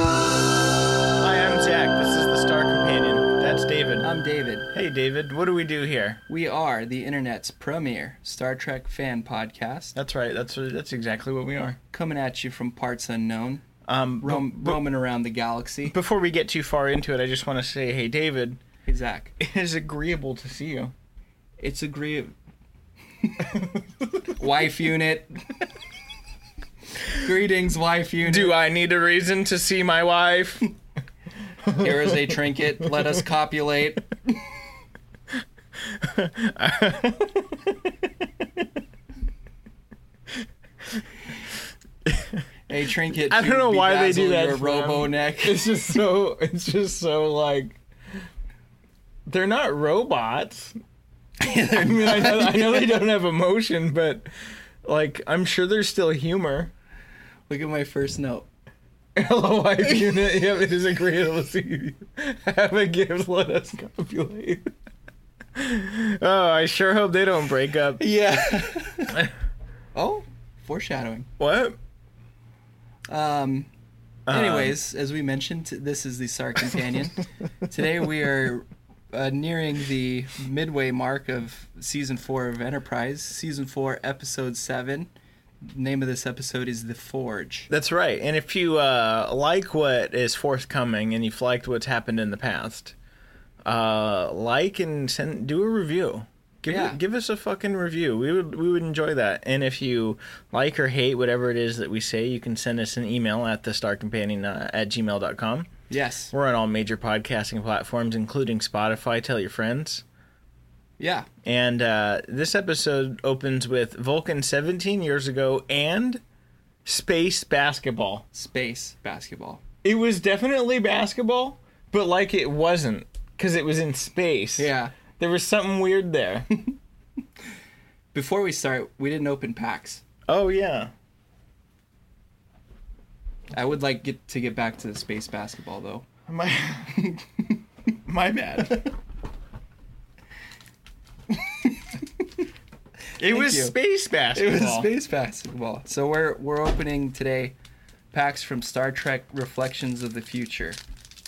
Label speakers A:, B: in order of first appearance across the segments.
A: Hi, I'm Zach. This is the Star Companion. That's David.
B: I'm David.
A: Hey, David, what do we do here?
B: We are the internet's premier Star Trek fan podcast,
A: That's right. That's that's exactly what we are.
B: coming at you from parts unknown,
A: Um,
B: roam,
A: but-
B: roaming around the galaxy.
A: Before we get too far into it, I just want to say, hey, David,
B: hey, Zach.
A: it is agreeable to see you.
B: It's agreeable. wife unit. Greetings, wife unit.
A: Do I need a reason to see my wife?
B: Here is a trinket. Let us copulate. A trinket.
A: I don't
B: to
A: know why they do
B: bedazzle
A: that
B: Your
A: for 'em.
B: robo neck.
A: It's just so. It's just so like. They're not robots. I mean, I know, I know they don't have emotion, but like, I'm sure there's still humor.
B: Look at my first note.
A: Hello, wife unit. Yep, it is agreeable to see you. Have a gift. Let us copulate. Oh, I sure hope they don't break up.
B: Yeah. oh, foreshadowing.
A: What?
B: Um, anyways, as we mentioned, this is the Star Companion. Today we are uh, nearing the midway mark of season four of Enterprise, season four, episode seven. Name of this episode is The Forge.
A: That's right. And if you uh, like what is forthcoming and you've liked what's happened in the past, uh, like and send do a review. Give,
B: Yeah.
A: give us a fucking review. We would we would enjoy that. And if you like or hate whatever it is that we say, you can send us an email at the star companion uh, at gmail.com.
B: Yes.
A: We're on all major podcasting platforms, including Spotify. Tell your friends.
B: Yeah.
A: And uh, this episode opens with Vulcan 17 years ago and space basketball.
B: Space basketball.
A: It was definitely basketball, but like it wasn't because it was in space.
B: Yeah.
A: There was something weird there.
B: Before we start, we didn't open packs.
A: oh, yeah.
B: I would like get to get back to the space basketball though.
A: My, my bad. it was
B: you.
A: space
B: It
A: basketball.
B: was space basketball. So we're we're opening today packs from Star Trek Reflections of the Future.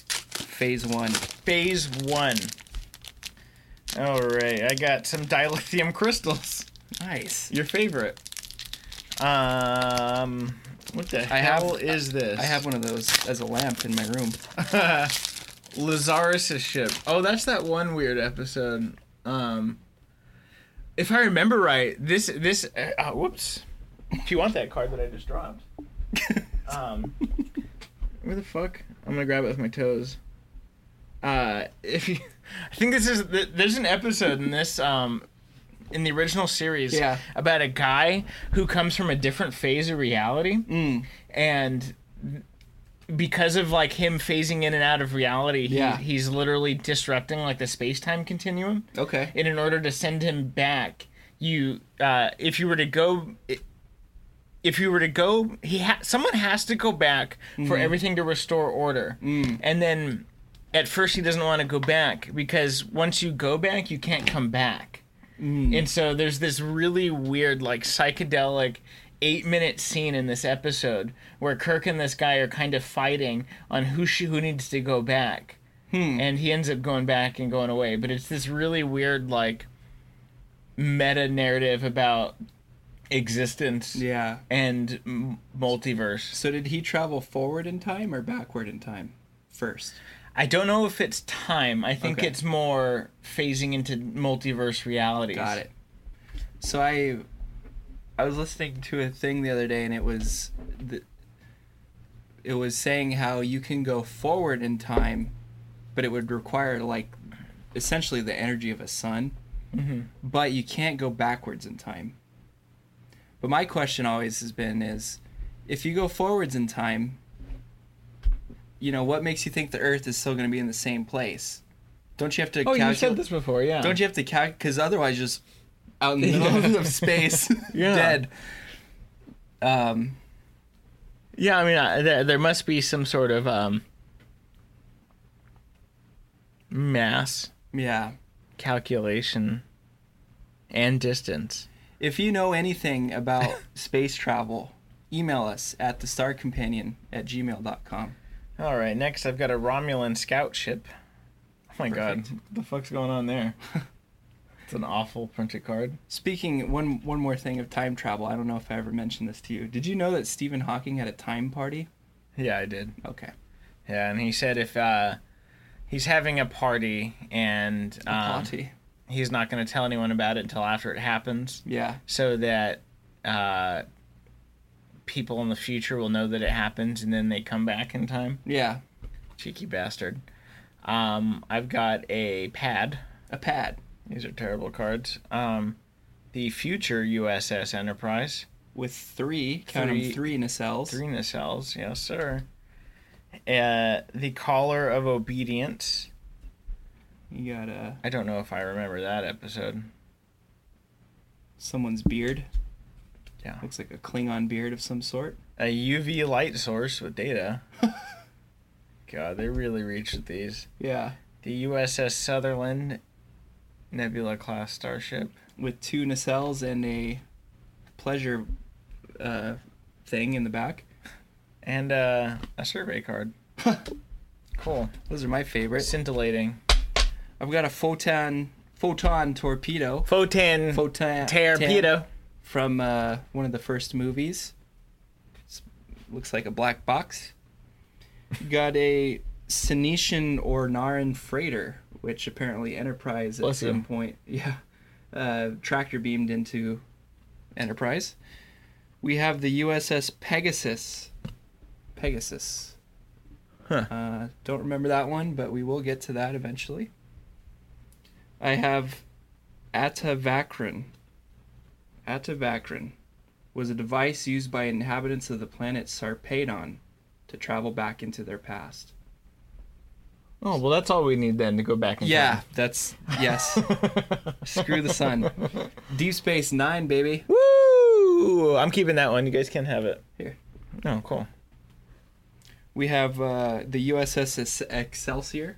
B: Phase one.
A: phase one. All right, I got some dilithium crystals.
B: Nice.
A: Your favorite. Um, what the
B: I have-
A: hell is this?
B: I have one of those as a lamp in my room.
A: Lazarus' ship. Oh, that's that one weird episode. Um, if I remember right, this this uh, uh, whoops. If you want that card that I just dropped, um, where the fuck? I'm gonna grab it with my toes. Uh, if you, I think this is th- there's an episode in this um, in the original series
B: Yeah.
A: about a guy who comes from a different phase of reality and because of like him phasing in and out of reality, he,
B: Yeah.
A: he's literally disrupting like the space time continuum.
B: Okay.
A: And in order to send him back, you uh, if you were to go i- if you were to go, he ha- someone has to go back for everything to restore order, and then at first he doesn't want to go back because once you go back, you can't come back, and so there's this really weird, like psychedelic. Eight minute scene in this episode where Kirk and this guy are kind of fighting on who sh- who needs to go back, and he ends up going back and going away. But it's this really weird like meta narrative about existence
B: Yeah.
A: and m- multiverse.
B: So did he travel forward in time or backward in time first?
A: I don't know if it's time. I think
B: Okay.
A: it's more phasing into multiverse realities.
B: Got it. So I, I was listening to a thing the other day, and it was, the, it was saying how you can go forward in time, but it would require like, essentially the energy of a sun,
A: Mm-hmm.
B: but you can't go backwards in time. But my question always has been is, if you go forwards in time. You know what makes you think the Earth is still going to be in the same place? Don't you have to?
A: Oh, you
B: calculate-
A: said this before, yeah.
B: don't you have to calculate? Because otherwise, you're just out in the middle of space,
A: Yeah.
B: dead. Um,
A: Yeah, I mean, I, there, there must be some sort of um, mass
B: yeah.
A: calculation and distance.
B: If you know anything about space travel, email us at the star companion at gmail.com.
A: All right, next I've got a Romulan scout ship. Oh my god,
B: Perfect.
A: what the fuck's going on there? it's an awful printed card.
B: Speaking one one more thing of time travel, I don't know if I ever mentioned this to you. Did you know that Stephen Hawking had a time party?
A: Yeah, I did.
B: Okay.
A: Yeah, and he said if uh, he's having a party and um,
B: Party.
A: he's not going to tell anyone about it until after it happens,
B: Yeah.
A: so that uh, people in the future will know that it happens and then they come back in time.
B: Yeah.
A: Cheeky bastard. Um, I've got a pad.
B: A pad
A: These are terrible cards. Um, the future USS Enterprise.
B: with three, count 'em,
A: Three-
B: three nacelles.
A: Three nacelles, yes, sir. Uh, the Collar of Obedience.
B: You got uh,
A: I don't know if I remember that episode.
B: someone's beard.
A: Yeah.
B: Looks like a Klingon beard of some sort.
A: A UV light source with data. God, they really reach with these.
B: Yeah.
A: The USS Sutherland Nebula class starship.
B: with two nacelles and a pleasure uh, thing in the back.
A: And uh, a survey card. cool.
B: Those are my favorites.
A: Scintillating.
B: I've got a photon photon torpedo
A: Photon.
B: photon
A: Torpedo.
B: from uh, one of the first movies. It's, looks like a black box. Got a Phoenician or Naran freighter, which apparently Enterprise at
A: Bless
B: some
A: him.
B: point, yeah, uh, tractor beamed into Enterprise. We have the USS Pegasus. Pegasus. Uh, don't remember that one, but we will get to that eventually. I have Atavacran. Atavacran was a device used by inhabitants of the planet Sarpedon to travel back into their past.
A: Oh, well, that's all we need then to go back and
B: Yeah, that's yes. Screw the sun. Deep Space Nine, baby.
A: Woo! I'm keeping that one. You guys can have it.
B: Here
A: Oh, cool.
B: we have uh, the USS Ex- Excelsior.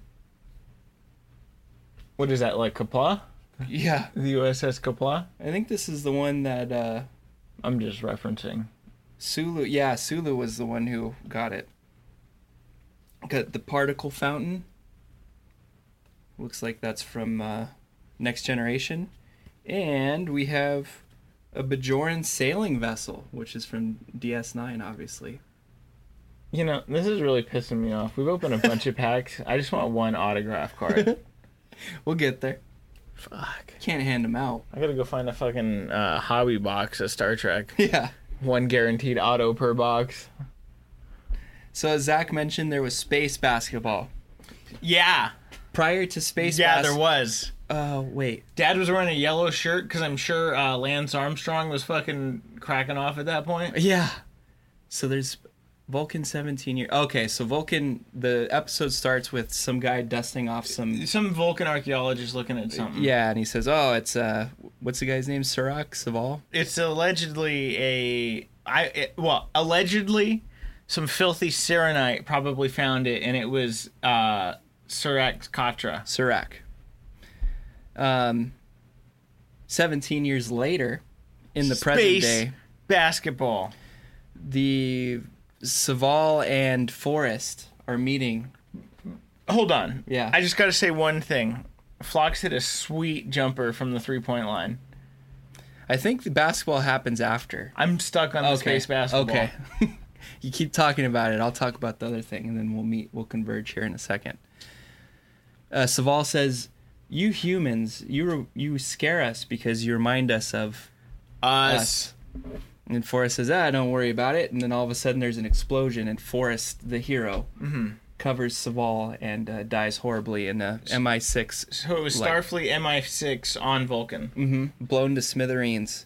A: What is that, like Kapla?
B: Yeah,
A: The USS Kapla?
B: I think this is the one that uh,
A: I'm just referencing.
B: Sulu. Yeah, Sulu was the one who got it. Got the particle fountain. Looks like that's from uh, Next Generation, and we have a Bajoran sailing vessel, which is from DS9, obviously.
A: You know, this is really pissing me off. We've opened a bunch of packs. I just want one autograph card.
B: We'll get there.
A: Fuck.
B: Can't hand them out.
A: I gotta go find a fucking uh, hobby box of Star Trek.
B: Yeah.
A: One guaranteed auto per box.
B: So as Zach mentioned there was space basketball.
A: Yeah.
B: Prior to space,
A: Yeah,
B: bas-
A: there was.
B: Oh wait,
A: Dad was wearing a yellow shirt because I'm sure uh, Lance Armstrong was fucking cracking off at that point.
B: yeah. So there's Vulcan 17 year. Okay, so Vulcan. The episode starts with some guy dusting off some.
A: Some Vulcan archaeologist looking at something.
B: Yeah, and he says, "Oh, it's uh, what's the guy's name? Surak Saval."
A: It's allegedly a I it, well allegedly some filthy Syrenite probably found it, and it was uh, Surax Katra.
B: Serac. Um, 17 years later, in the present
A: Space
B: day,
A: basketball.
B: the Saval and Forest are meeting.
A: Hold on.
B: Yeah.
A: I just got to say one thing. Phlox hit a sweet jumper from the three point line.
B: I think the basketball happens after.
A: I'm stuck on the space basketball.
B: Okay. you keep talking about it. I'll talk about the other thing, and then we'll meet. We'll converge here in a second. Uh, Saval says, "You humans, you re- you scare us because you remind us of."
A: Us.
B: And Forrest says, "Ah, don't worry about it." And then all of a sudden, there's an explosion, and Forrest, the hero,
A: Mm-hmm.
B: covers Saval and uh, dies horribly in a MI6
A: So it was
B: Like-
A: Starfleet MI6 on Vulcan.
B: blown to smithereens.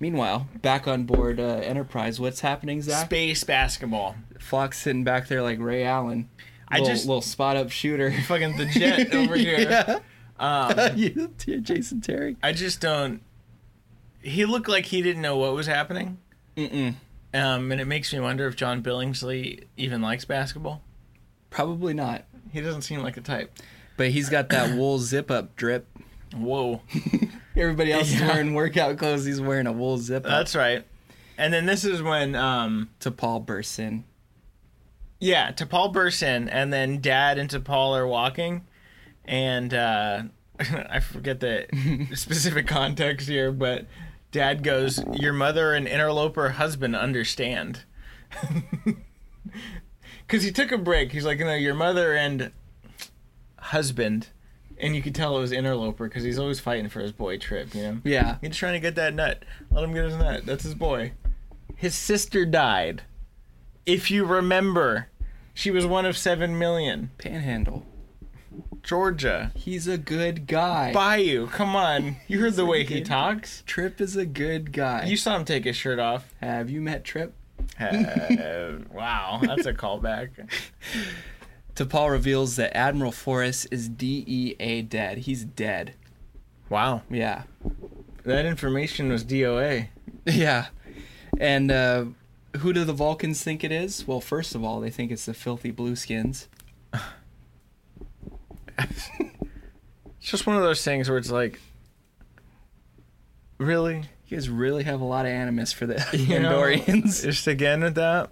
B: Meanwhile, back on board uh, Enterprise, what's happening, Zach?
A: Space basketball.
B: Flock's sitting back there like Ray Allen.
A: I
B: Little,
A: just-
B: little spot up shooter.
A: Fucking the jet over here. Um,
B: You- dear Jason Terry.
A: I just don't. He looked like he didn't know what was happening. Mm-mm. Um, and it makes me wonder if John Billingsley even likes basketball.
B: Probably not.
A: He doesn't seem like the type.
B: But he's got that wool zip up drip.
A: Whoa.
B: Everybody else is
A: Yeah.
B: wearing workout clothes. He's wearing a wool zip up.
A: That's right. And then this is when, um,
B: to Paul bursts in.
A: yeah, T'Pol bursts in, and then Dad and T'Pol are walking, and uh, I forget the specific context here, but Dad goes, "Your mother and interloper husband understand," because he took a break. He's like, "You know, your mother and husband." And you could tell it was interloper because he's always fighting for his boy trip, you know.
B: Yeah.
A: He's trying to get that nut. Let him get his nut. That's his boy. His sister died. If you remember, she was one of seven million.
B: Panhandle.
A: Georgia.
B: He's a good guy.
A: Bayou, come on. You heard the way he talks.
B: Trip is a good guy.
A: You saw him take his shirt off.
B: Have you met Trip?
A: Uh, wow, that's a callback.
B: To Paul reveals that Admiral Forrest is DEA dead. He's dead.
A: Wow.
B: Yeah.
A: That information was DOA.
B: Yeah. And uh, who do the Vulcans think it is? Well, first of all, they think it's the filthy blueskins.
A: It's just one of those things where it's like, really?
B: You guys really have a lot of animus for the
A: You know,
B: Andorians.
A: Just again with that?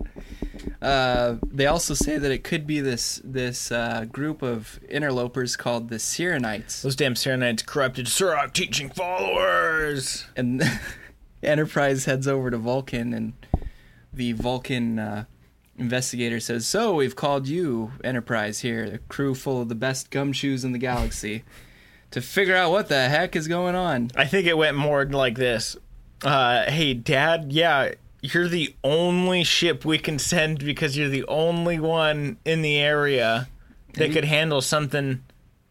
B: Uh, they also say that it could be this this uh, group of interlopers called the Sirenites,
A: Those damn Serenites corrupted Surak teaching followers.
B: and Enterprise heads over to Vulcan, and the Vulcan uh, investigator says, "So we've called you, Enterprise, here, a crew full of the best gumshoes in the galaxy, to figure out what the heck is going on."
A: I think it went more like this. Uh, hey, Dad, yeah, you're the only ship we can send because you're the only one in the area that could handle something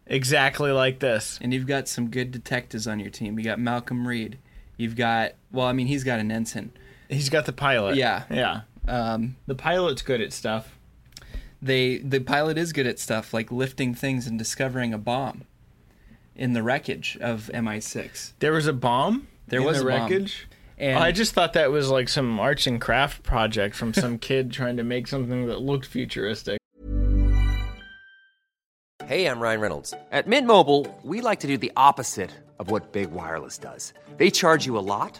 A: exactly like this.
B: and you've got some good detectives on your team. You got Malcolm Reed. You've got well, I mean, he's got an ensign.
A: He's got the pilot.
B: Yeah.
A: Yeah.
B: Um,
A: The pilot's good at stuff.
B: they the pilot is good at stuff like lifting things and discovering a bomb in the wreckage of MI6.
A: There was a bomb.
B: There
A: in
B: was
A: the
B: a bomb.
A: wreckage.
B: And
A: I just thought that was like some arts and craft project from some kid trying to make something that looked futuristic.
C: Hey, I'm Ryan Reynolds. At Mint Mobile, we like to do the opposite of what Big Wireless does. They charge you a lot,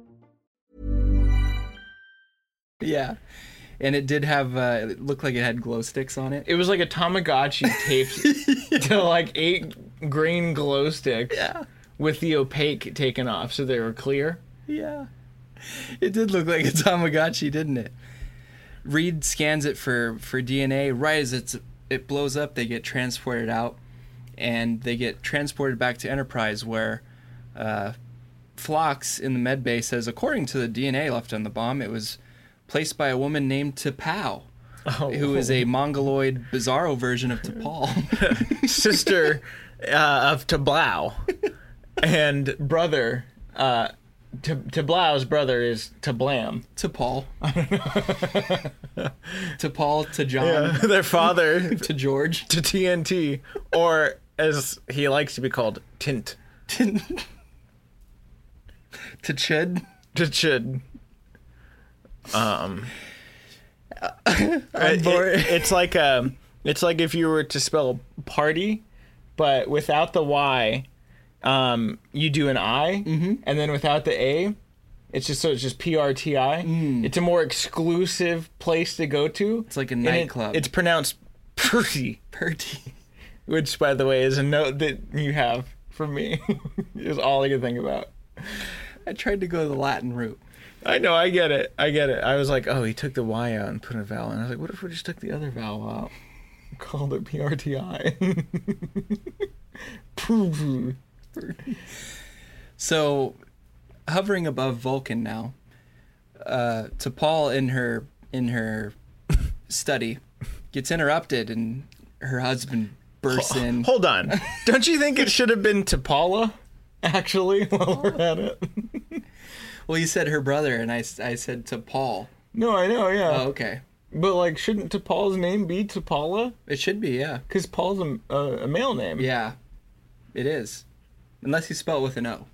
B: Yeah. And it did have, uh, it looked like it had glow sticks on it.
A: It was like a Tamagotchi taped to like eight green glow sticks with the opaque taken off so they were clear.
B: Yeah. It did look like a Tamagotchi, didn't it? Reed scans it for, for DNA. Right as it's, it blows up, they get transported out and they get transported back to Enterprise, where uh, Phlox in the med bay says, according to the DNA left on the bomb, it was placed by a woman named T'Pau, who is a mongoloid bizarro version of T'Pol.
A: Sister uh, of Tablau and brother. Uh, T- Tablau's brother is Tablam.
B: T'Pol. T'Pol, to John,
A: Their father
B: to George.
A: to TNT, or as he likes to be called, Tint.
B: to to Chid.
A: To Chid. Um, it-
B: board.
A: it's like um, it's like if you were to spell party, but without the Y, um, you do an I,
B: Mm-hmm.
A: and then without the A, it's just so it's just P R T I. It's a more exclusive place to go to. It's
B: Mm. like a nightclub.
A: it's pronounced pretty.
B: Purdy.
A: which by the way is a note that you have from me is all i can think about
B: I tried to go the Latin route.
A: i know i get it i get it i was like oh he took the y out and put a vowel and i was like what if we just took the other vowel out and called it prti Prrrr.
B: So, hovering above Vulcan now, uh, to Paul in her in her study, gets interrupted, and her husband bursts in.
A: hold on don't you think it should have been Tapala? actually while we're at it
B: Well, you said her brother, and I, s- I said to Paul.
A: no i know yeah
B: Oh, okay.
A: but like shouldn't T'Pol's name be T'Pala?
B: It should be yeah.
A: because paul's a, a, a male name
B: Yeah, it is, unless you spell it with an O.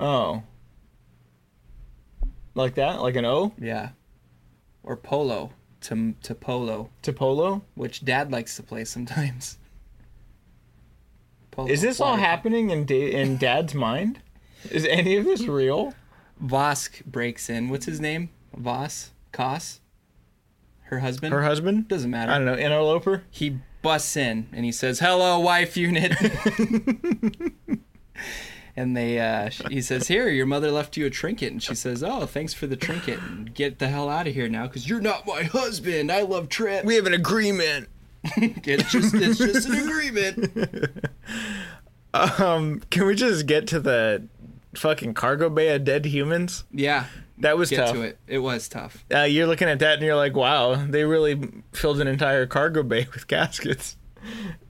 A: oh like that like an o
B: Yeah, or Polo to to Polo,
A: Topolo?
B: which Dad likes to play sometimes. Polo,
A: Is this all
B: water-
A: happening in da- in Dad's mind? Is any of this real?
B: Vosk breaks in. What's his name? Voss? Koss? Her husband?
A: Her husband?
B: Doesn't matter.
A: I don't know. Interloper?
B: He busts in and he says, Hello, wife unit. and they, uh, sh- he says, Here, your mother left you a trinket. And she says, Oh, thanks for the trinket. And get the hell out of here now because you're not my husband. I love Trip.
A: have an agreement.
B: It's just, it's just an agreement.
A: Um, can we just get to the fucking cargo bay of dead humans?
B: Yeah.
A: That was
B: Get
A: tough.
B: to it. It was tough.
A: Uh, you're looking at that and you're like, wow, they really filled an entire cargo bay with caskets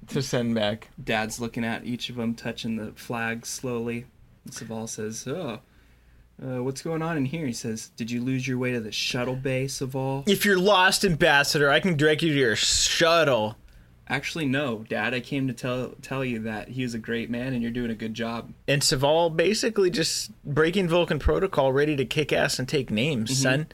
A: to send back.
B: Dad's looking at each of them, touching the flag slowly. And Saval says, "Oh, uh, what's going on in here?" He says, "Did you lose your way to the shuttle bay, Saval?"
A: If you're lost, ambassador, I can direct you to your shuttle.
B: Actually, no, Dad. I came to tell tell you that he is a great man, and you're doing a good job.
A: and Saval basically just breaking Vulcan protocol, ready to kick ass and take names, son.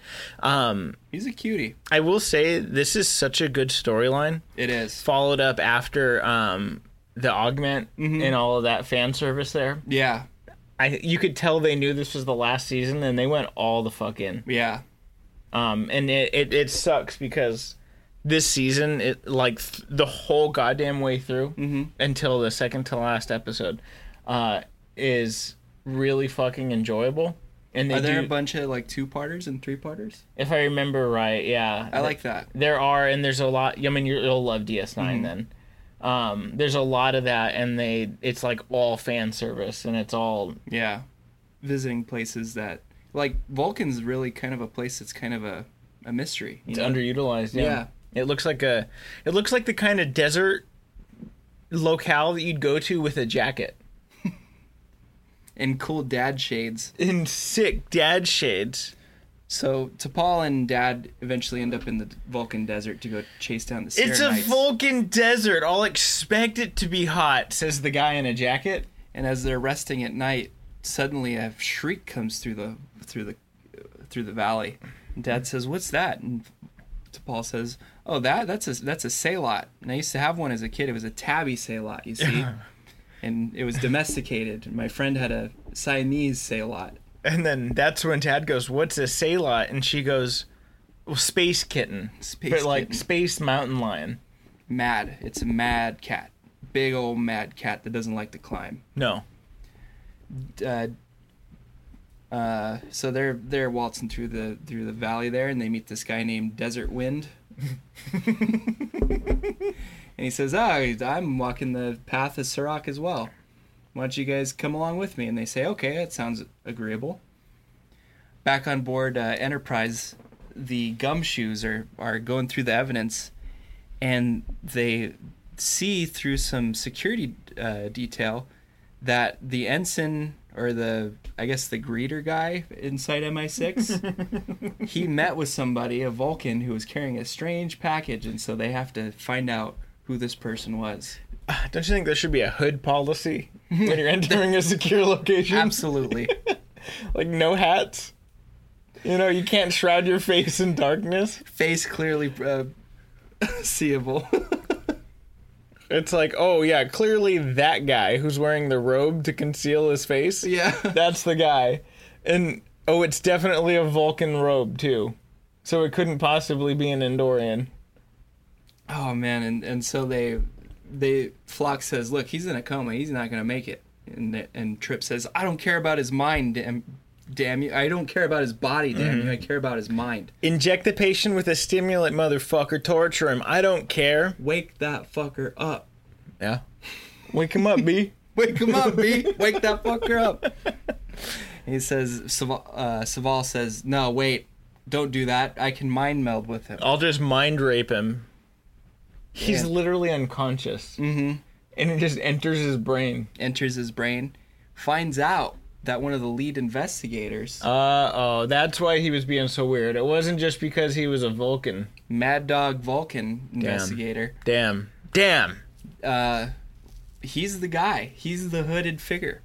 A: Um,
B: He's a cutie.
A: I will say this is such a good storyline,
B: It is.
A: followed up after um, the augment
B: Mm-hmm.
A: and all of that fan service there.
B: Yeah,
A: I you could tell they knew this was the last season, and they went all the fuck in.
B: yeah.
A: Um, and it, it it sucks because this season, it like th- the whole goddamn way through
B: Mm-hmm.
A: until the second to last episode, uh, is really fucking enjoyable. And they
B: Are there
A: do-
B: a bunch of like two parters and three parters?
A: If I remember right, yeah.
B: I like that.
A: There are, and there's a lot. I mean, you're- you'll love DS9 then. Um, there's a lot of that, and they it's like all fan service, and it's all
B: Yeah. Visiting places that like Vulcan's really kind of a place that's kind of a, a mystery. you
A: it's
B: know?
A: underutilized. Yeah.
B: Yeah.
A: it looks like a it looks like the kind of desert locale that you'd go to with a jacket
B: and cool dad shades.
A: in sick dad shades.
B: So T'Pol and Dad eventually end up in the Vulcan desert to go chase down the
A: It's a
B: Serenites.
A: Vulcan desert. I'll expect it to be hot, says the guy in a jacket.
B: and as they're resting at night, suddenly a shriek comes through the through the through the valley. And
A: Mm.
B: Dad says, "What's that?" And T'Pol says, "Oh, that that's a that's a salot. And I used to have one as a kid. It was a tabby salot, you see." And it was domesticated. My friend had a Siamese salot.
A: And then that's when Dad goes, "What's a salot?" And she goes, well, "Space kitten."
B: Space
A: but like
B: kitten.
A: space mountain lion.
B: Mad. It's a mad cat. Big old mad cat that doesn't like to climb.
A: No.
B: uh, uh, so they're they're waltzing through the through the valley there, and they meet this guy named Desert Wind. and he says, "Oh, I'm walking the path of Sirach as well. Why don't you guys come along with me?" And they say, "Okay, that sounds agreeable." Back on board uh, Enterprise, the gumshoes are are going through the evidence, and they see through some security uh, detail that the ensign or the I guess the greeter guy inside MI6 he met with somebody a Vulcan who was carrying a strange package and so they have to find out who this person was.
A: Don't you think there should be a hood policy when you're entering a secure location?
B: Absolutely.
A: Like no hats. You know, you can't shroud your face in darkness.
B: Face clearly uh, seeable.
A: It's like, oh yeah, clearly that guy who's wearing the robe to conceal his face.
B: yeah.
A: That's the guy. And oh, it's definitely a Vulcan robe too. So it couldn't possibly be an Endorian.
B: Oh man and and so they they Flock says, "Look, he's in a coma. He's not going to make it." And and Trip says, "I don't care about his mind, damn, damn you. I don't care about his body, damn you. I care about his mind."
A: Inject the patient with a stimulant, motherfucker. Torture him. I don't care.
B: Wake that fucker up.
A: Yeah. Wake him up, B.
B: Wake him up, B. Wake that fucker up. He says, Saval, uh, Saval says, no, wait, don't do that. I can mind meld with him.
A: I'll just mind rape him. He's
B: Yeah.
A: literally unconscious. Mm-hmm. And it just enters his brain.
B: Enters his brain, finds out that one of the lead investigators,
A: Uh oh, that's why he was being so weird. It wasn't just because he was a Vulcan.
B: Mad Dog Vulcan investigator,
A: Damn. Damn.
B: uh, he's the guy. He's the hooded figure.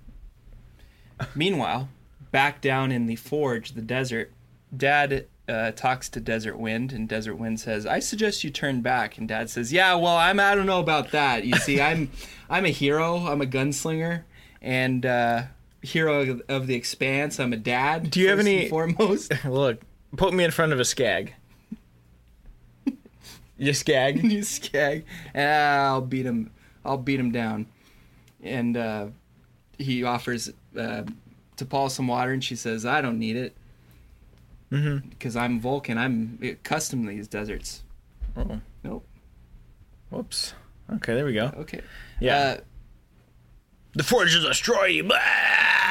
B: Meanwhile, back down in the forge, the desert, Dad uh, talks to Desert Wind, and Desert Wind says, "I suggest you turn back." And Dad says, "Yeah, well, I'm I don't know about that. You see, I'm I'm a hero. I'm a gunslinger, and uh, hero of the expanse. I'm a dad.
A: Do you have
B: first and
A: any-
B: foremost?
A: Look, put me in front of a skag. you skag?
B: you skag. And I'll beat him. I'll beat him down. And uh, he offers uh, to Paul some water, and she says, "I don't need it,
A: Mm-hmm.
B: because I'm Vulcan. I'm accustomed to these deserts."
A: Oh.
B: Nope.
A: Whoops. Okay, there we go.
B: Okay. Uh,
A: Yeah. The forge will destroy you. Uh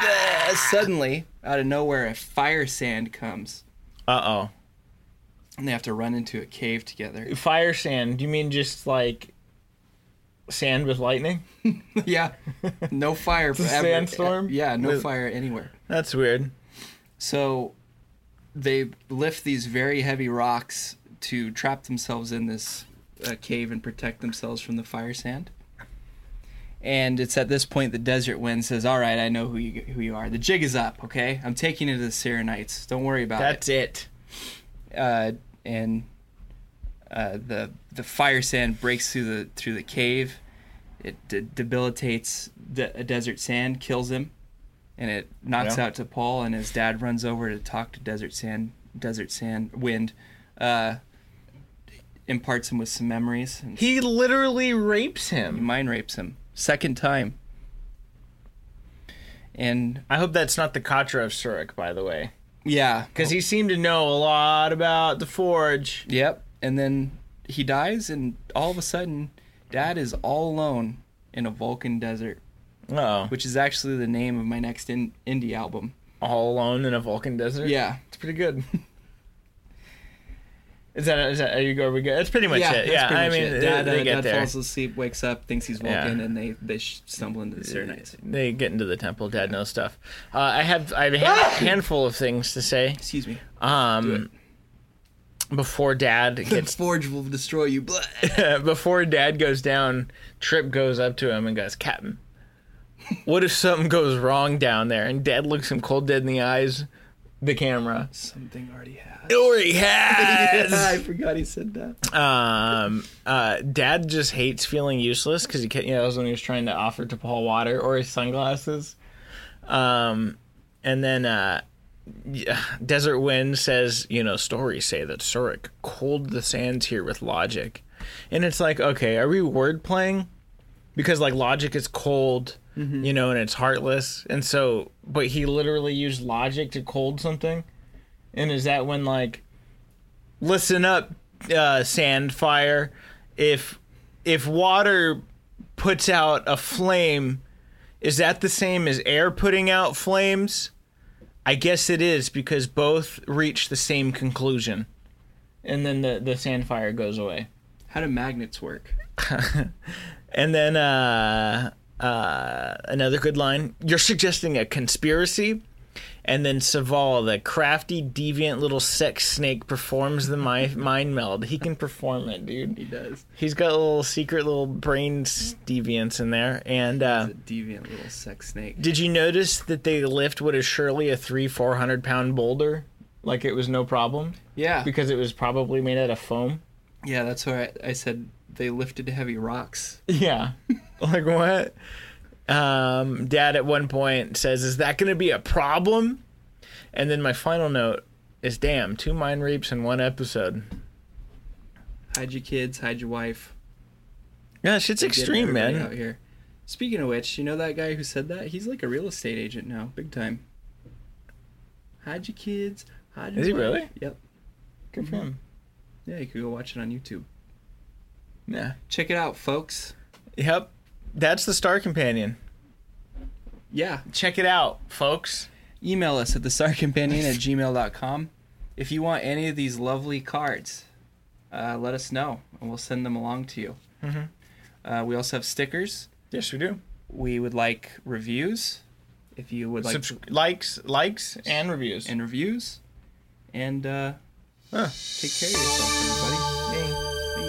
B: Uh, suddenly, out of nowhere, a fire sand comes,
A: oh.
B: and they have to run into a cave together.
A: Fire sand. Do you mean just like sand with lightning?
B: yeah. No fire.
A: a
B: ever.
A: sandstorm?
B: Yeah. No
A: With-
B: fire anywhere.
A: That's weird.
B: So they lift these very heavy rocks to trap themselves in this uh, cave and protect themselves from the fire sand. And it's at this point the desert wind says, "All right, I know who you who you are. The jig is up. Okay, I'm taking you to the Serenites. Don't worry about it."
A: That's it.
B: uh, and uh, the the fire sand breaks through the through the cave. It de- debilitates the a desert sand, kills him, and it knocks
A: Yeah.
B: out to Paul. And his dad runs over to talk to desert sand. Desert sand wind uh, imparts him with some memories and
A: He literally rapes him.
B: mind rapes him second time. And
A: I hope that's not the Katra of Surik, by the way,
B: yeah,
A: because he seemed to know a lot about the forge.
B: Yep. And then he dies, and all of a sudden, Dad is all alone in a Vulcan desert,
A: Oh,
B: which is actually the name of my next in- indie album.
A: all alone in a Vulcan desert.
B: Yeah.
A: it's pretty good. Is that, is that are you are we good? That's pretty much it.
B: that's
A: yeah,
B: pretty
A: I
B: much
A: mean,
B: it.
A: they-
B: Dad,
A: they
B: uh,
A: get
B: Dad
A: there.
B: falls asleep, wakes up, thinks he's Vulcan,
A: Yeah.
B: and they they sh- stumble into the city.
A: They get into the temple. Dad knows stuff. Uh, I have I have a hand- handful of things to say
B: Ah! Excuse me.
A: um, before Dad
B: The
A: gets
B: forge will destroy you. Blah.
A: before Dad goes down. Trip goes up to him and goes, "Captain, what if something goes wrong down there?" And Dad looks him cold dead in the eyes. The camera.
B: Something already happened.
A: It already has.
B: I forgot he said that.
A: Um, uh, Dad just hates feeling useless because he can't. You know, that was when he was trying to offer to Paul water or his sunglasses. Um, and then uh, yeah, Desert Wind says, you know, stories say that Surik cold the sands here with logic, and it's like, okay, are we word playing? Because like logic is cold, you know, and it's heartless, and so, but he literally used logic to cold something, and is that when like listen up uh, sand fire if if water puts out a flame is that the same as air putting out flames i guess it is because both reach the same conclusion and then the, the sand fire goes away
B: How do magnets work?
A: and then uh, uh, another good line. You're suggesting a conspiracy? And then Saval, the crafty, deviant little sex snake, performs the mi- mind meld. He can perform it, dude. He
B: does.
A: He's got a little secret little brain s- deviance in there. And uh,
B: It's a deviant little sex snake.
A: did you notice that they lift what is surely a three, four hundred pound boulder like it was no problem?
B: Yeah.
A: Because it was probably made out of foam.
B: Yeah, that's why I, I said they lifted heavy rocks.
A: Yeah. like what? Um, Dad at one point says, "Is that going to be a problem?" And then my final note is, "Damn, two mind reaps in one episode."
B: Hide your kids, hide your wife.
A: Yeah, that shit's
B: Get
A: extreme,
B: everybody
A: man.
B: Out here. Speaking of which, you know that guy who said that? He's like a real estate agent now, big time. Hide your kids. Hide your
A: Is he
B: wife.
A: really?
B: Yep.
A: Good for him.
B: Yeah, you could go watch it on YouTube.
A: Yeah.
B: Check it out, folks.
A: Yep. That's the Star Companion.
B: Yeah.
A: Check it out, folks.
B: Email us at thestarcompanion at gmail.com. If you want any of these lovely cards, uh, let us know and we'll send them along to you. Mm-hmm. Uh, we also have stickers.
A: Yes, we do.
B: We would like reviews. If you would like
A: Subs- likes, likes, and reviews.
B: and reviews. And uh, take care of yourself, everybody.